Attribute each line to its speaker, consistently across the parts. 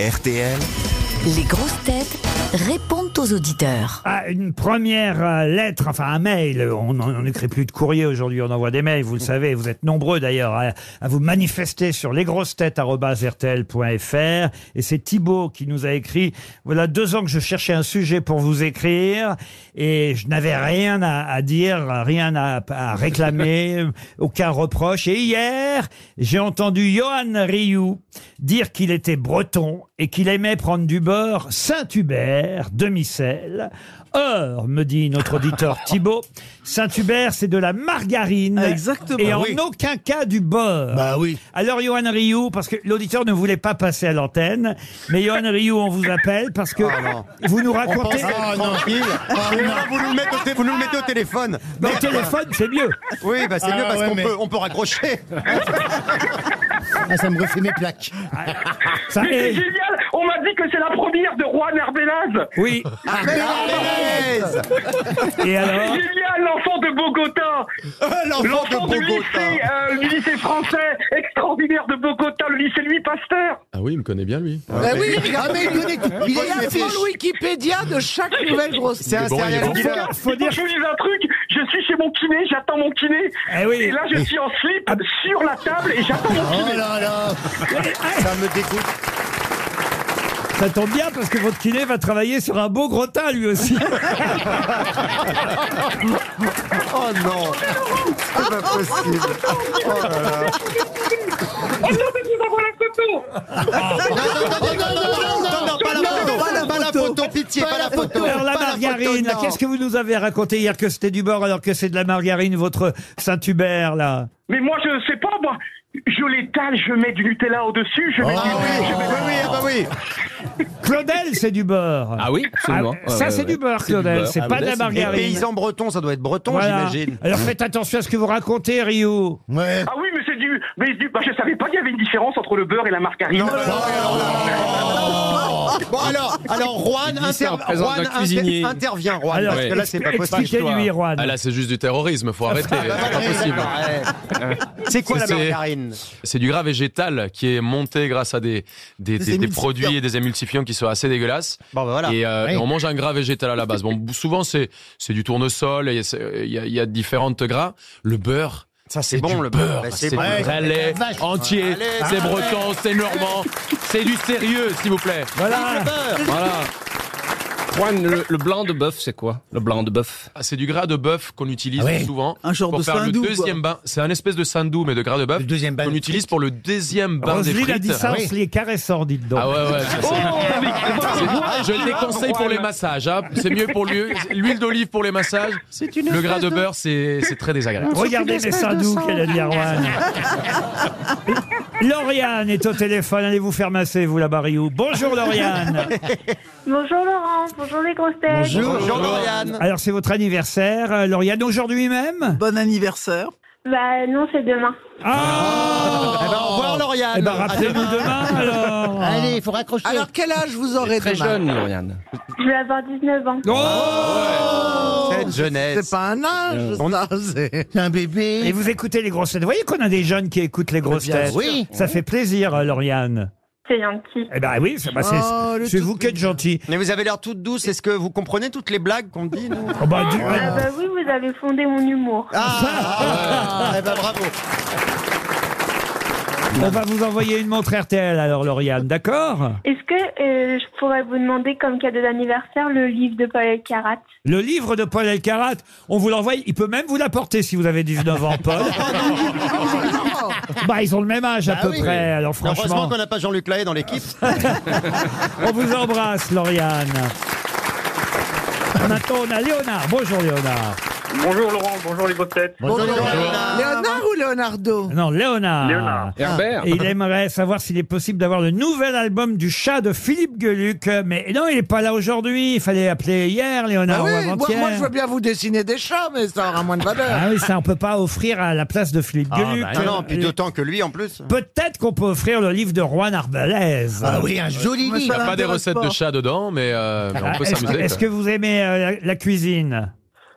Speaker 1: RTL.
Speaker 2: Les grosses têtes répondent aux auditeurs.
Speaker 3: Ah, une première euh, lettre, enfin un mail. On n'en- on n'écrit plus de courrier aujourd'hui, on envoie des mails, vous le savez. Vous êtes nombreux d'ailleurs à, à vous manifester sur lesgrossetêtes.rtl.fr. Et c'est Thibaut qui nous a écrit Voilà deux ans que je cherchais un sujet pour vous écrire et je n'avais rien à, à dire, rien à, à réclamer, aucun reproche. Et hier, j'ai entendu Johan Rioux dire qu'il était breton et qu'il aimait prendre du beurre Saint-Hubert, demi-sel. Or, me dit notre auditeur Thibault, Saint-Hubert, c'est de la margarine.
Speaker 4: Ah, Exactement,
Speaker 3: Et en
Speaker 4: oui.
Speaker 3: aucun cas du beurre.
Speaker 4: Bah oui.
Speaker 3: Alors, Johan Rioux, parce que l'auditeur ne voulait pas passer à l'antenne, mais Johan Rioux, on vous appelle parce que
Speaker 4: Ah,
Speaker 3: vous nous
Speaker 5: On pense
Speaker 3: racontez.
Speaker 5: être tranquille. Et là, vous, nous le mettez au té- vous nous le mettez au téléphone.
Speaker 3: Bah, au téléphone, c'est mieux.
Speaker 5: Oui, bah, c'est
Speaker 4: Ah,
Speaker 5: mieux parce
Speaker 4: ouais,
Speaker 5: qu'on
Speaker 4: mais-
Speaker 5: peut, on peut raccrocher.
Speaker 4: Ah, ça me refait mes plaques.
Speaker 3: Ça
Speaker 6: Mais c'est
Speaker 3: est.
Speaker 6: génial On m'a dit que c'est la première de Juan Arbelaz
Speaker 3: Oui.
Speaker 5: Ah, Arnaz
Speaker 3: Et alors
Speaker 6: Génial, l'enfant de Bogota
Speaker 5: L'enfant de
Speaker 6: L'enfant du lycée,
Speaker 5: Bogota.
Speaker 6: euh, du lycée français extraordinaire de Bogota, le lycée Louis Pasteur
Speaker 7: Ah oui, il me connaît bien lui.
Speaker 4: Ah oui, ah, mais il connaît tout. Il est
Speaker 5: les
Speaker 4: à fond
Speaker 5: fiches.
Speaker 4: le Wikipédia de chaque nouvelle grosse
Speaker 5: C'est un
Speaker 7: bon, il est
Speaker 5: serial
Speaker 7: bon.
Speaker 5: killer.
Speaker 3: Faut dire.
Speaker 6: Je vous dis un truc, je suis chez mon kiné, j'attends mon kiné
Speaker 3: Eh oui.
Speaker 6: Et là je suis en slip sur la table et j'attends mon
Speaker 5: Oh
Speaker 6: kiné
Speaker 4: là là
Speaker 5: Ça me dégoûte.
Speaker 3: Ça tombe bien parce que votre kiné va travailler sur un beau gros tas lui aussi.
Speaker 5: Oh non. C'est pas possible.
Speaker 6: Oh non mais vous envoie la photo
Speaker 5: Non, non, non, non, non, non, non, non, pas la photo. Pas la photo, pitié, pas la photo.
Speaker 3: Alors la
Speaker 5: Pas
Speaker 3: margarine,
Speaker 5: photo, non.
Speaker 3: qu'est-ce que vous nous avez raconté hier que c'était du beurre alors que c'est de la margarine, votre Saint-Hubert là
Speaker 6: Mais moi je sais pas moi je l'étale, je mets du Nutella au-dessus, je mets
Speaker 5: Ah
Speaker 6: du...
Speaker 5: oui, oui, oui, ah bah oui.
Speaker 3: Claudel, c'est du beurre.
Speaker 7: Ah oui, absolument.
Speaker 3: Ah, ça,
Speaker 7: Ouais,
Speaker 3: c'est
Speaker 7: ouais,
Speaker 3: du
Speaker 7: ouais.
Speaker 3: beurre,
Speaker 7: du
Speaker 3: Claudel.
Speaker 7: beurre.
Speaker 3: C'est
Speaker 7: Ah,
Speaker 3: pas
Speaker 7: ouais,
Speaker 3: de la
Speaker 7: c'est-
Speaker 5: Les
Speaker 3: margarine.
Speaker 5: paysans bretons, ça doit être breton,
Speaker 3: Voilà.
Speaker 5: j'imagine.
Speaker 3: Alors faites attention à ce que vous racontez, Rio.
Speaker 4: Ouais.
Speaker 6: Ah oui mais c'est du... Mais c'est du... Bah, je savais pas qu'il y avait une différence entre le beurre et la margarine
Speaker 5: Ah, Bon alors, alors Juan,
Speaker 7: dit ça en
Speaker 5: inter-
Speaker 7: présence
Speaker 5: Juan
Speaker 7: d'un
Speaker 5: inter-
Speaker 7: cuisinier.
Speaker 5: intervient, Juan,
Speaker 3: Alors,
Speaker 5: parce que là c'est pas
Speaker 3: expli-
Speaker 5: possible.
Speaker 3: expliquez-lui, Juan.
Speaker 7: Ah là, c'est juste du terrorisme, faut arrêter. Ah, c'est pas possible.
Speaker 5: Ouais. C'est quoi la
Speaker 7: C'est-
Speaker 5: margarine
Speaker 7: C'est du gras végétal qui est monté grâce à des, des, des- des
Speaker 4: émulsifiants.
Speaker 7: produits et des émulsifiants qui sont assez dégueulasses.
Speaker 5: Bon bah voilà.
Speaker 7: Et, euh,
Speaker 4: Oui.
Speaker 7: et on mange un gras végétal à la base. Bon, souvent c'est c'est du tournesol, et c'est- il y, a- il y a différentes gras. Le beurre.
Speaker 5: Ça c'est
Speaker 7: c'est
Speaker 5: bon
Speaker 7: du
Speaker 5: le
Speaker 7: beurre, Ben,
Speaker 5: beurre. Bah,
Speaker 7: c'est du
Speaker 5: bon.
Speaker 4: vrai.
Speaker 7: vrai lait
Speaker 4: vache.
Speaker 7: entier,
Speaker 5: Allez,
Speaker 7: c'est
Speaker 5: arrête.
Speaker 7: breton, c'est normand, c'est du sérieux, s'il vous plaît. Ah,
Speaker 3: Voilà.
Speaker 7: Voilà.
Speaker 8: Juan, le, le blanc de bœuf, c'est quoi Le blanc de bœuf.
Speaker 7: Ah, C'est du gras de bœuf qu'on utilise
Speaker 4: Ah ouais.
Speaker 7: souvent
Speaker 4: Un genre
Speaker 7: pour
Speaker 4: de
Speaker 7: faire
Speaker 4: sandou,
Speaker 7: le deuxième bain. C'est un espèce de sandou, mais de gras de bœuf
Speaker 4: Le deuxième bain
Speaker 7: qu'on
Speaker 4: de
Speaker 7: utilise pour le deuxième bain des
Speaker 3: Roselyne
Speaker 7: frites.
Speaker 3: a dit ça,
Speaker 4: Oui.
Speaker 3: on se les caressant, dites donc.
Speaker 7: Ah ouais, ouais. ça, c'est-
Speaker 6: Ah,
Speaker 7: Je le déconseille pour les massages. hein. C'est mieux pour l'huile l'huile d'olive pour les massages. Le gras de beurre, c'est c'est très désagréable.
Speaker 3: Regardez les Sindou qu'elle a dit à Rouen. Lauriane est au téléphone. Allez vous faire masser, vous, là-bas, Rio. Bonjour, Lauriane.
Speaker 9: Bonjour Laurent, bonjour les grosses têtes.
Speaker 5: Bonjour Dorian.
Speaker 3: Alors, c'est votre anniversaire, euh, Lauriane, aujourd'hui même
Speaker 10: Bon anniversaire.
Speaker 9: Bah non, c'est demain.
Speaker 3: Ah
Speaker 5: Eh ben, au revoir Lauriane.
Speaker 3: Eh ben,
Speaker 5: À
Speaker 3: rappelez-nous demain, alors.
Speaker 4: Allez, il faut raccrocher.
Speaker 10: Alors quel âge vous aurez
Speaker 8: Très
Speaker 10: demain
Speaker 8: jeune, Lauriane.
Speaker 9: Je vais avoir 19 ans.
Speaker 5: cette jeunesse. Euh.
Speaker 10: C'est pas un âge,
Speaker 4: On
Speaker 10: ça.
Speaker 4: a c'est un bébé.
Speaker 3: Et vous écoutez les grosses têtes. Vous voyez qu'on a des jeunes qui écoutent les grosses
Speaker 4: Eh Bien
Speaker 3: têtes.
Speaker 4: sûr. Oui.
Speaker 3: Ça fait plaisir, euh, Lauriane.
Speaker 9: C'est gentil.
Speaker 3: Eh ben oui, c'est bah, c'est-
Speaker 4: Oh, le
Speaker 3: c'est
Speaker 4: tout
Speaker 3: vous qui êtes gentil.
Speaker 5: Mais vous avez l'air toute douce. Est-ce que vous comprenez toutes les blagues qu'on dit nous
Speaker 3: Oh, bah, du-
Speaker 9: Ah bah oui, vous avez fondé mon humour.
Speaker 5: Ah, eh ben, bravo.
Speaker 3: on va vous envoyer une montre RTL, alors, Lauriane, d'accord
Speaker 9: Est-ce que euh, je pourrais vous demander comme cadeau d'anniversaire le livre de Paul Carat
Speaker 3: Le livre de Paul Elkarat, on vous l'envoie. Il peut même vous l'apporter si vous avez 19 ans, Paul. bah, ils ont le même âge à
Speaker 4: Bah
Speaker 3: peu
Speaker 4: oui.
Speaker 3: près. Alors,
Speaker 5: Heureusement
Speaker 3: franchement,
Speaker 5: qu'on n'a pas Jean-Luc Lahaye dans l'équipe.
Speaker 3: on vous embrasse, Lauriane. Maintenant, on a Léonard. Bonjour, Léonard.
Speaker 6: Bonjour Laurent, bonjour les grosses têtes
Speaker 4: Bonjour,
Speaker 10: Léonard ou Leonardo
Speaker 3: Non, Léonard.
Speaker 6: Léonard.
Speaker 8: Herbert
Speaker 3: Et il aimerait savoir s'il est possible d'avoir le nouvel album du chat de Philippe Gueluc. Mais non, il n'est pas là aujourd'hui. Il fallait appeler hier, Léonard,
Speaker 10: Ah oui,
Speaker 3: ou
Speaker 10: moi,
Speaker 3: avant-hier.
Speaker 10: moi, je veux bien vous dessiner des chats, mais ça aura moins de valeur.
Speaker 3: Ah oui, ça, on peut pas offrir à la place de Philippe Gueluc.
Speaker 5: Non, bah, non, puis d'autant que lui en plus.
Speaker 3: Peut-être qu'on peut offrir le livre de Juan Arbelez.
Speaker 4: Ah oui, un joli
Speaker 10: Moi, ça
Speaker 4: livre.
Speaker 7: Il n'y a pas des
Speaker 10: m'intéresse
Speaker 7: recettes
Speaker 10: pas.
Speaker 7: de chat dedans, mais, euh, mais on peut
Speaker 3: Ah, Est-ce que,
Speaker 7: s'amuser.
Speaker 3: est-ce que vous aimez euh, la, la cuisine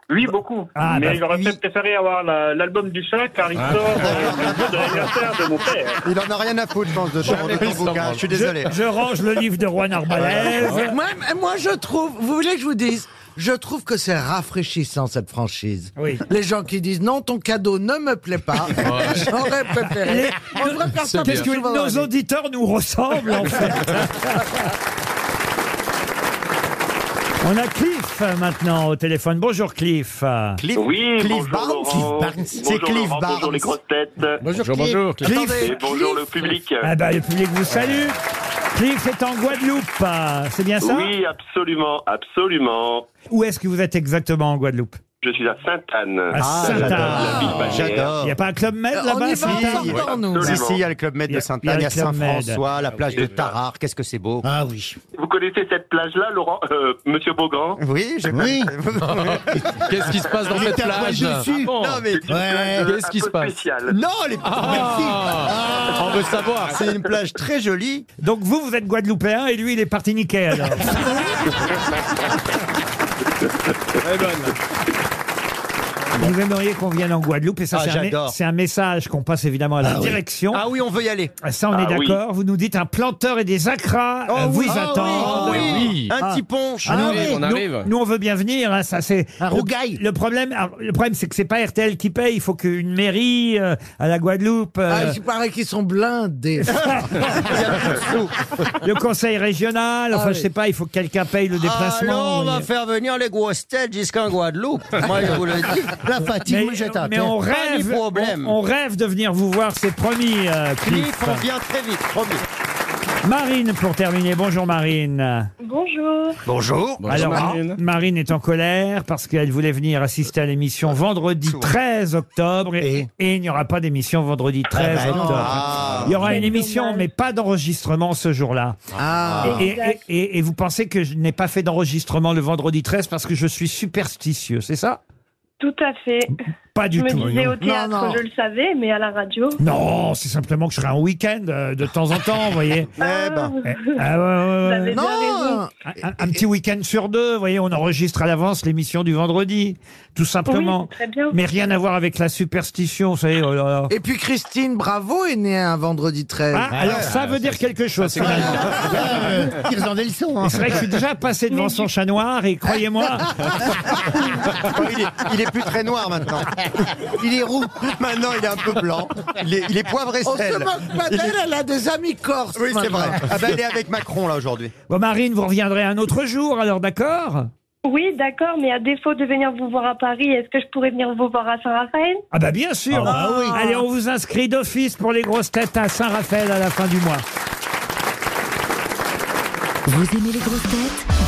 Speaker 6: Oui, beaucoup.
Speaker 3: Ah, bah, Ah,
Speaker 6: Mais j'aurais peut-être préféré avoir la- l'album du chat car il sort euh, le jour de l'anniversaire de mon père.
Speaker 5: Il en a rien à foutre, je pense, de ton, de ton bouquin. Je suis désolé.
Speaker 3: Je, je range le livre de Juan Arbalèze.
Speaker 10: Moi, moi, je trouve. Vous voulez que je vous dise Je trouve que c'est rafraîchissant cette franchise.
Speaker 3: Oui.
Speaker 10: Les gens qui disent non, ton cadeau ne me plaît pas. J'aurais préféré. On devrait faire ça
Speaker 3: Qu'est-ce
Speaker 10: plus
Speaker 3: que
Speaker 10: souvent dans
Speaker 3: nos
Speaker 10: la vie.
Speaker 3: auditeurs nous ressemblent en fait On a Cliff euh, maintenant au téléphone. Bonjour Cliff. Euh,
Speaker 5: Cliff,
Speaker 6: Oui,
Speaker 5: Cliff
Speaker 6: bonjour
Speaker 5: Barnes,
Speaker 6: Laurent.
Speaker 5: Cliff Barnes. C'est
Speaker 6: Bonjour
Speaker 5: Cliff
Speaker 6: Laurent,
Speaker 5: Barnes.
Speaker 6: Bonjour les grosses têtes.
Speaker 8: Bonjour, bonjour.
Speaker 3: Cliff,
Speaker 6: Et bonjour le public.
Speaker 3: ah bah, le public vous salue. Cliff est en Guadeloupe, euh, c'est bien ça
Speaker 6: Oui, absolument, absolument.
Speaker 3: Où est-ce que vous êtes exactement en Guadeloupe
Speaker 6: Je suis à Sainte-Anne.
Speaker 3: À Sainte-Anne.
Speaker 6: Ah, la ville balnéaire.
Speaker 5: Ah, J'adore.
Speaker 3: Il n'y a pas un club med
Speaker 10: Euh, On y
Speaker 3: là-bas
Speaker 10: va
Speaker 3: à Sainte-Anne
Speaker 10: ensemble,
Speaker 6: Oui.
Speaker 10: nous.
Speaker 5: Si,
Speaker 6: Absolument.
Speaker 5: si, il y a le Club Med
Speaker 3: Il y a-
Speaker 5: de Sainte-Anne, il y a
Speaker 3: le Club Med.
Speaker 5: Saint-François, la plage de Tarare, qu'est-ce que c'est beau.
Speaker 4: Ah oui.
Speaker 6: Vous connaissez cette plage-là, Laurent, euh, Monsieur Beaugrand
Speaker 5: Oui, j'ai
Speaker 4: Oui.
Speaker 7: Qu'est-ce qui se passe dans cette plage
Speaker 5: Non, mais.
Speaker 4: Ouais.
Speaker 6: Euh,
Speaker 7: Qu'est-ce
Speaker 6: un
Speaker 7: qui
Speaker 6: peu
Speaker 7: se passe
Speaker 6: spéciale.
Speaker 5: Non, les petits
Speaker 7: Ah, On veut savoir.
Speaker 5: C'est une plage très jolie.
Speaker 3: Donc vous, vous êtes Guadeloupéen et lui, il est partiniquais alors. Vous aimeriez qu'on vienne en Guadeloupe et ça,
Speaker 5: Ah,
Speaker 3: c'est un mé-
Speaker 5: j'adore.
Speaker 3: c'est un, message qu'on passe évidemment à la direction.
Speaker 5: Ah oui, on veut y aller.
Speaker 3: Ça, on est
Speaker 6: Ah oui.
Speaker 3: d'accord. Vous nous dites un planteur et des acras euh, vous
Speaker 5: ah
Speaker 3: attendent.
Speaker 5: oui,
Speaker 7: Ah oui.
Speaker 5: Un
Speaker 3: Ah.
Speaker 5: petit ponche.
Speaker 3: Ah non,
Speaker 8: On arrive,
Speaker 3: nous-
Speaker 8: on arrive.
Speaker 3: Nous, on veut bien venir. hein, ça, c'est
Speaker 4: Un
Speaker 3: le-
Speaker 4: rougail.
Speaker 3: Le problème, alors, le problème, c'est que c'est pas RTL qui paye. Il faut qu'une mairie euh, à la Guadeloupe, euh,
Speaker 10: Ah, il paraît qu'ils sont blindés.
Speaker 3: le conseil régional. Enfin,
Speaker 10: Ah
Speaker 3: je
Speaker 10: oui.
Speaker 3: sais pas. Il faut que quelqu'un paye le déplacement.
Speaker 5: Alors, Ah, on
Speaker 3: vous
Speaker 5: va
Speaker 3: voyez.
Speaker 5: faire venir les grosses têtes jusqu'en Guadeloupe. Moi, je vous le dis.
Speaker 4: La fatigue
Speaker 3: Mais,
Speaker 4: me jette à
Speaker 3: mais
Speaker 4: terre.
Speaker 3: on
Speaker 5: Pas de
Speaker 3: rêve,
Speaker 5: problème.
Speaker 3: On, on rêve de venir vous voir, c'est promis, euh, Cliff.
Speaker 5: Cliff, on vient très vite, promis.
Speaker 3: Marine, pour terminer. Bonjour, Marine.
Speaker 9: Bonjour.
Speaker 5: Bonjour.
Speaker 3: Alors,
Speaker 8: Marine.
Speaker 3: Marine est en colère parce qu'elle voulait venir assister à l'émission vendredi 13 octobre et, et il n'y aura pas d'émission vendredi 13
Speaker 4: ben non.
Speaker 3: octobre.
Speaker 5: Ah.
Speaker 3: Il y aura une
Speaker 9: Quel
Speaker 3: émission,
Speaker 9: dommage.
Speaker 3: mais pas d'enregistrement ce jour-là.
Speaker 10: Ah.
Speaker 3: Et, et-
Speaker 9: Exact.
Speaker 3: et- et vous pensez que je n'ai pas fait d'enregistrement le vendredi 13 parce que je suis superstitieux, c'est ça
Speaker 9: Tout à fait.
Speaker 3: Pas
Speaker 9: Je
Speaker 3: du
Speaker 9: me
Speaker 3: tout.
Speaker 9: disais au théâtre,
Speaker 10: non.
Speaker 9: je le savais, mais à la radio.
Speaker 3: Non, c'est simplement que je serai un week-end euh, de temps en temps, vous voyez.
Speaker 5: Eh ben.
Speaker 9: vous
Speaker 3: Eh, ah ouais, ouais, ouais.
Speaker 9: avez bien raison.
Speaker 10: Non
Speaker 3: Un, un- un petit week-end sur deux, vous voyez, on enregistre à l'avance l'émission du vendredi, tout simplement.
Speaker 9: Oui, c'est très bien.
Speaker 3: Mais rien à voir avec la superstition, vous savez. oh là là.
Speaker 10: Et puis Christine Bravo est née un vendredi 13.
Speaker 3: Ah, alors ça veut dire quelque chose. finalement.
Speaker 4: Euh, Ils en des leçons. hein.
Speaker 3: C'est vrai que je suis déjà passé devant son chat noir et croyez-moi,
Speaker 5: Oh, il, est, il est plus très noir maintenant. Il est roux. Maintenant, il est un peu blanc. Il est, il est poivre et
Speaker 10: On se
Speaker 5: sel.
Speaker 10: moque pas d'elle, elle a des amis corses.
Speaker 5: Oui, c'est
Speaker 10: maintenant.
Speaker 5: vrai. Ah ben, il est avec Macron là aujourd'hui.
Speaker 3: bon Marine, vous reviendrez un autre jour, alors d'accord
Speaker 9: Oui, d'accord, mais à défaut de venir vous voir à Paris, est-ce que je pourrais venir vous voir à Saint-Raphaël
Speaker 3: Ah bah bien sûr.
Speaker 4: Ah bah oui.
Speaker 3: Allez, on vous inscrit d'office pour les grosses têtes à Saint-Raphaël à la fin du mois.
Speaker 2: Vous aimez les grosses têtes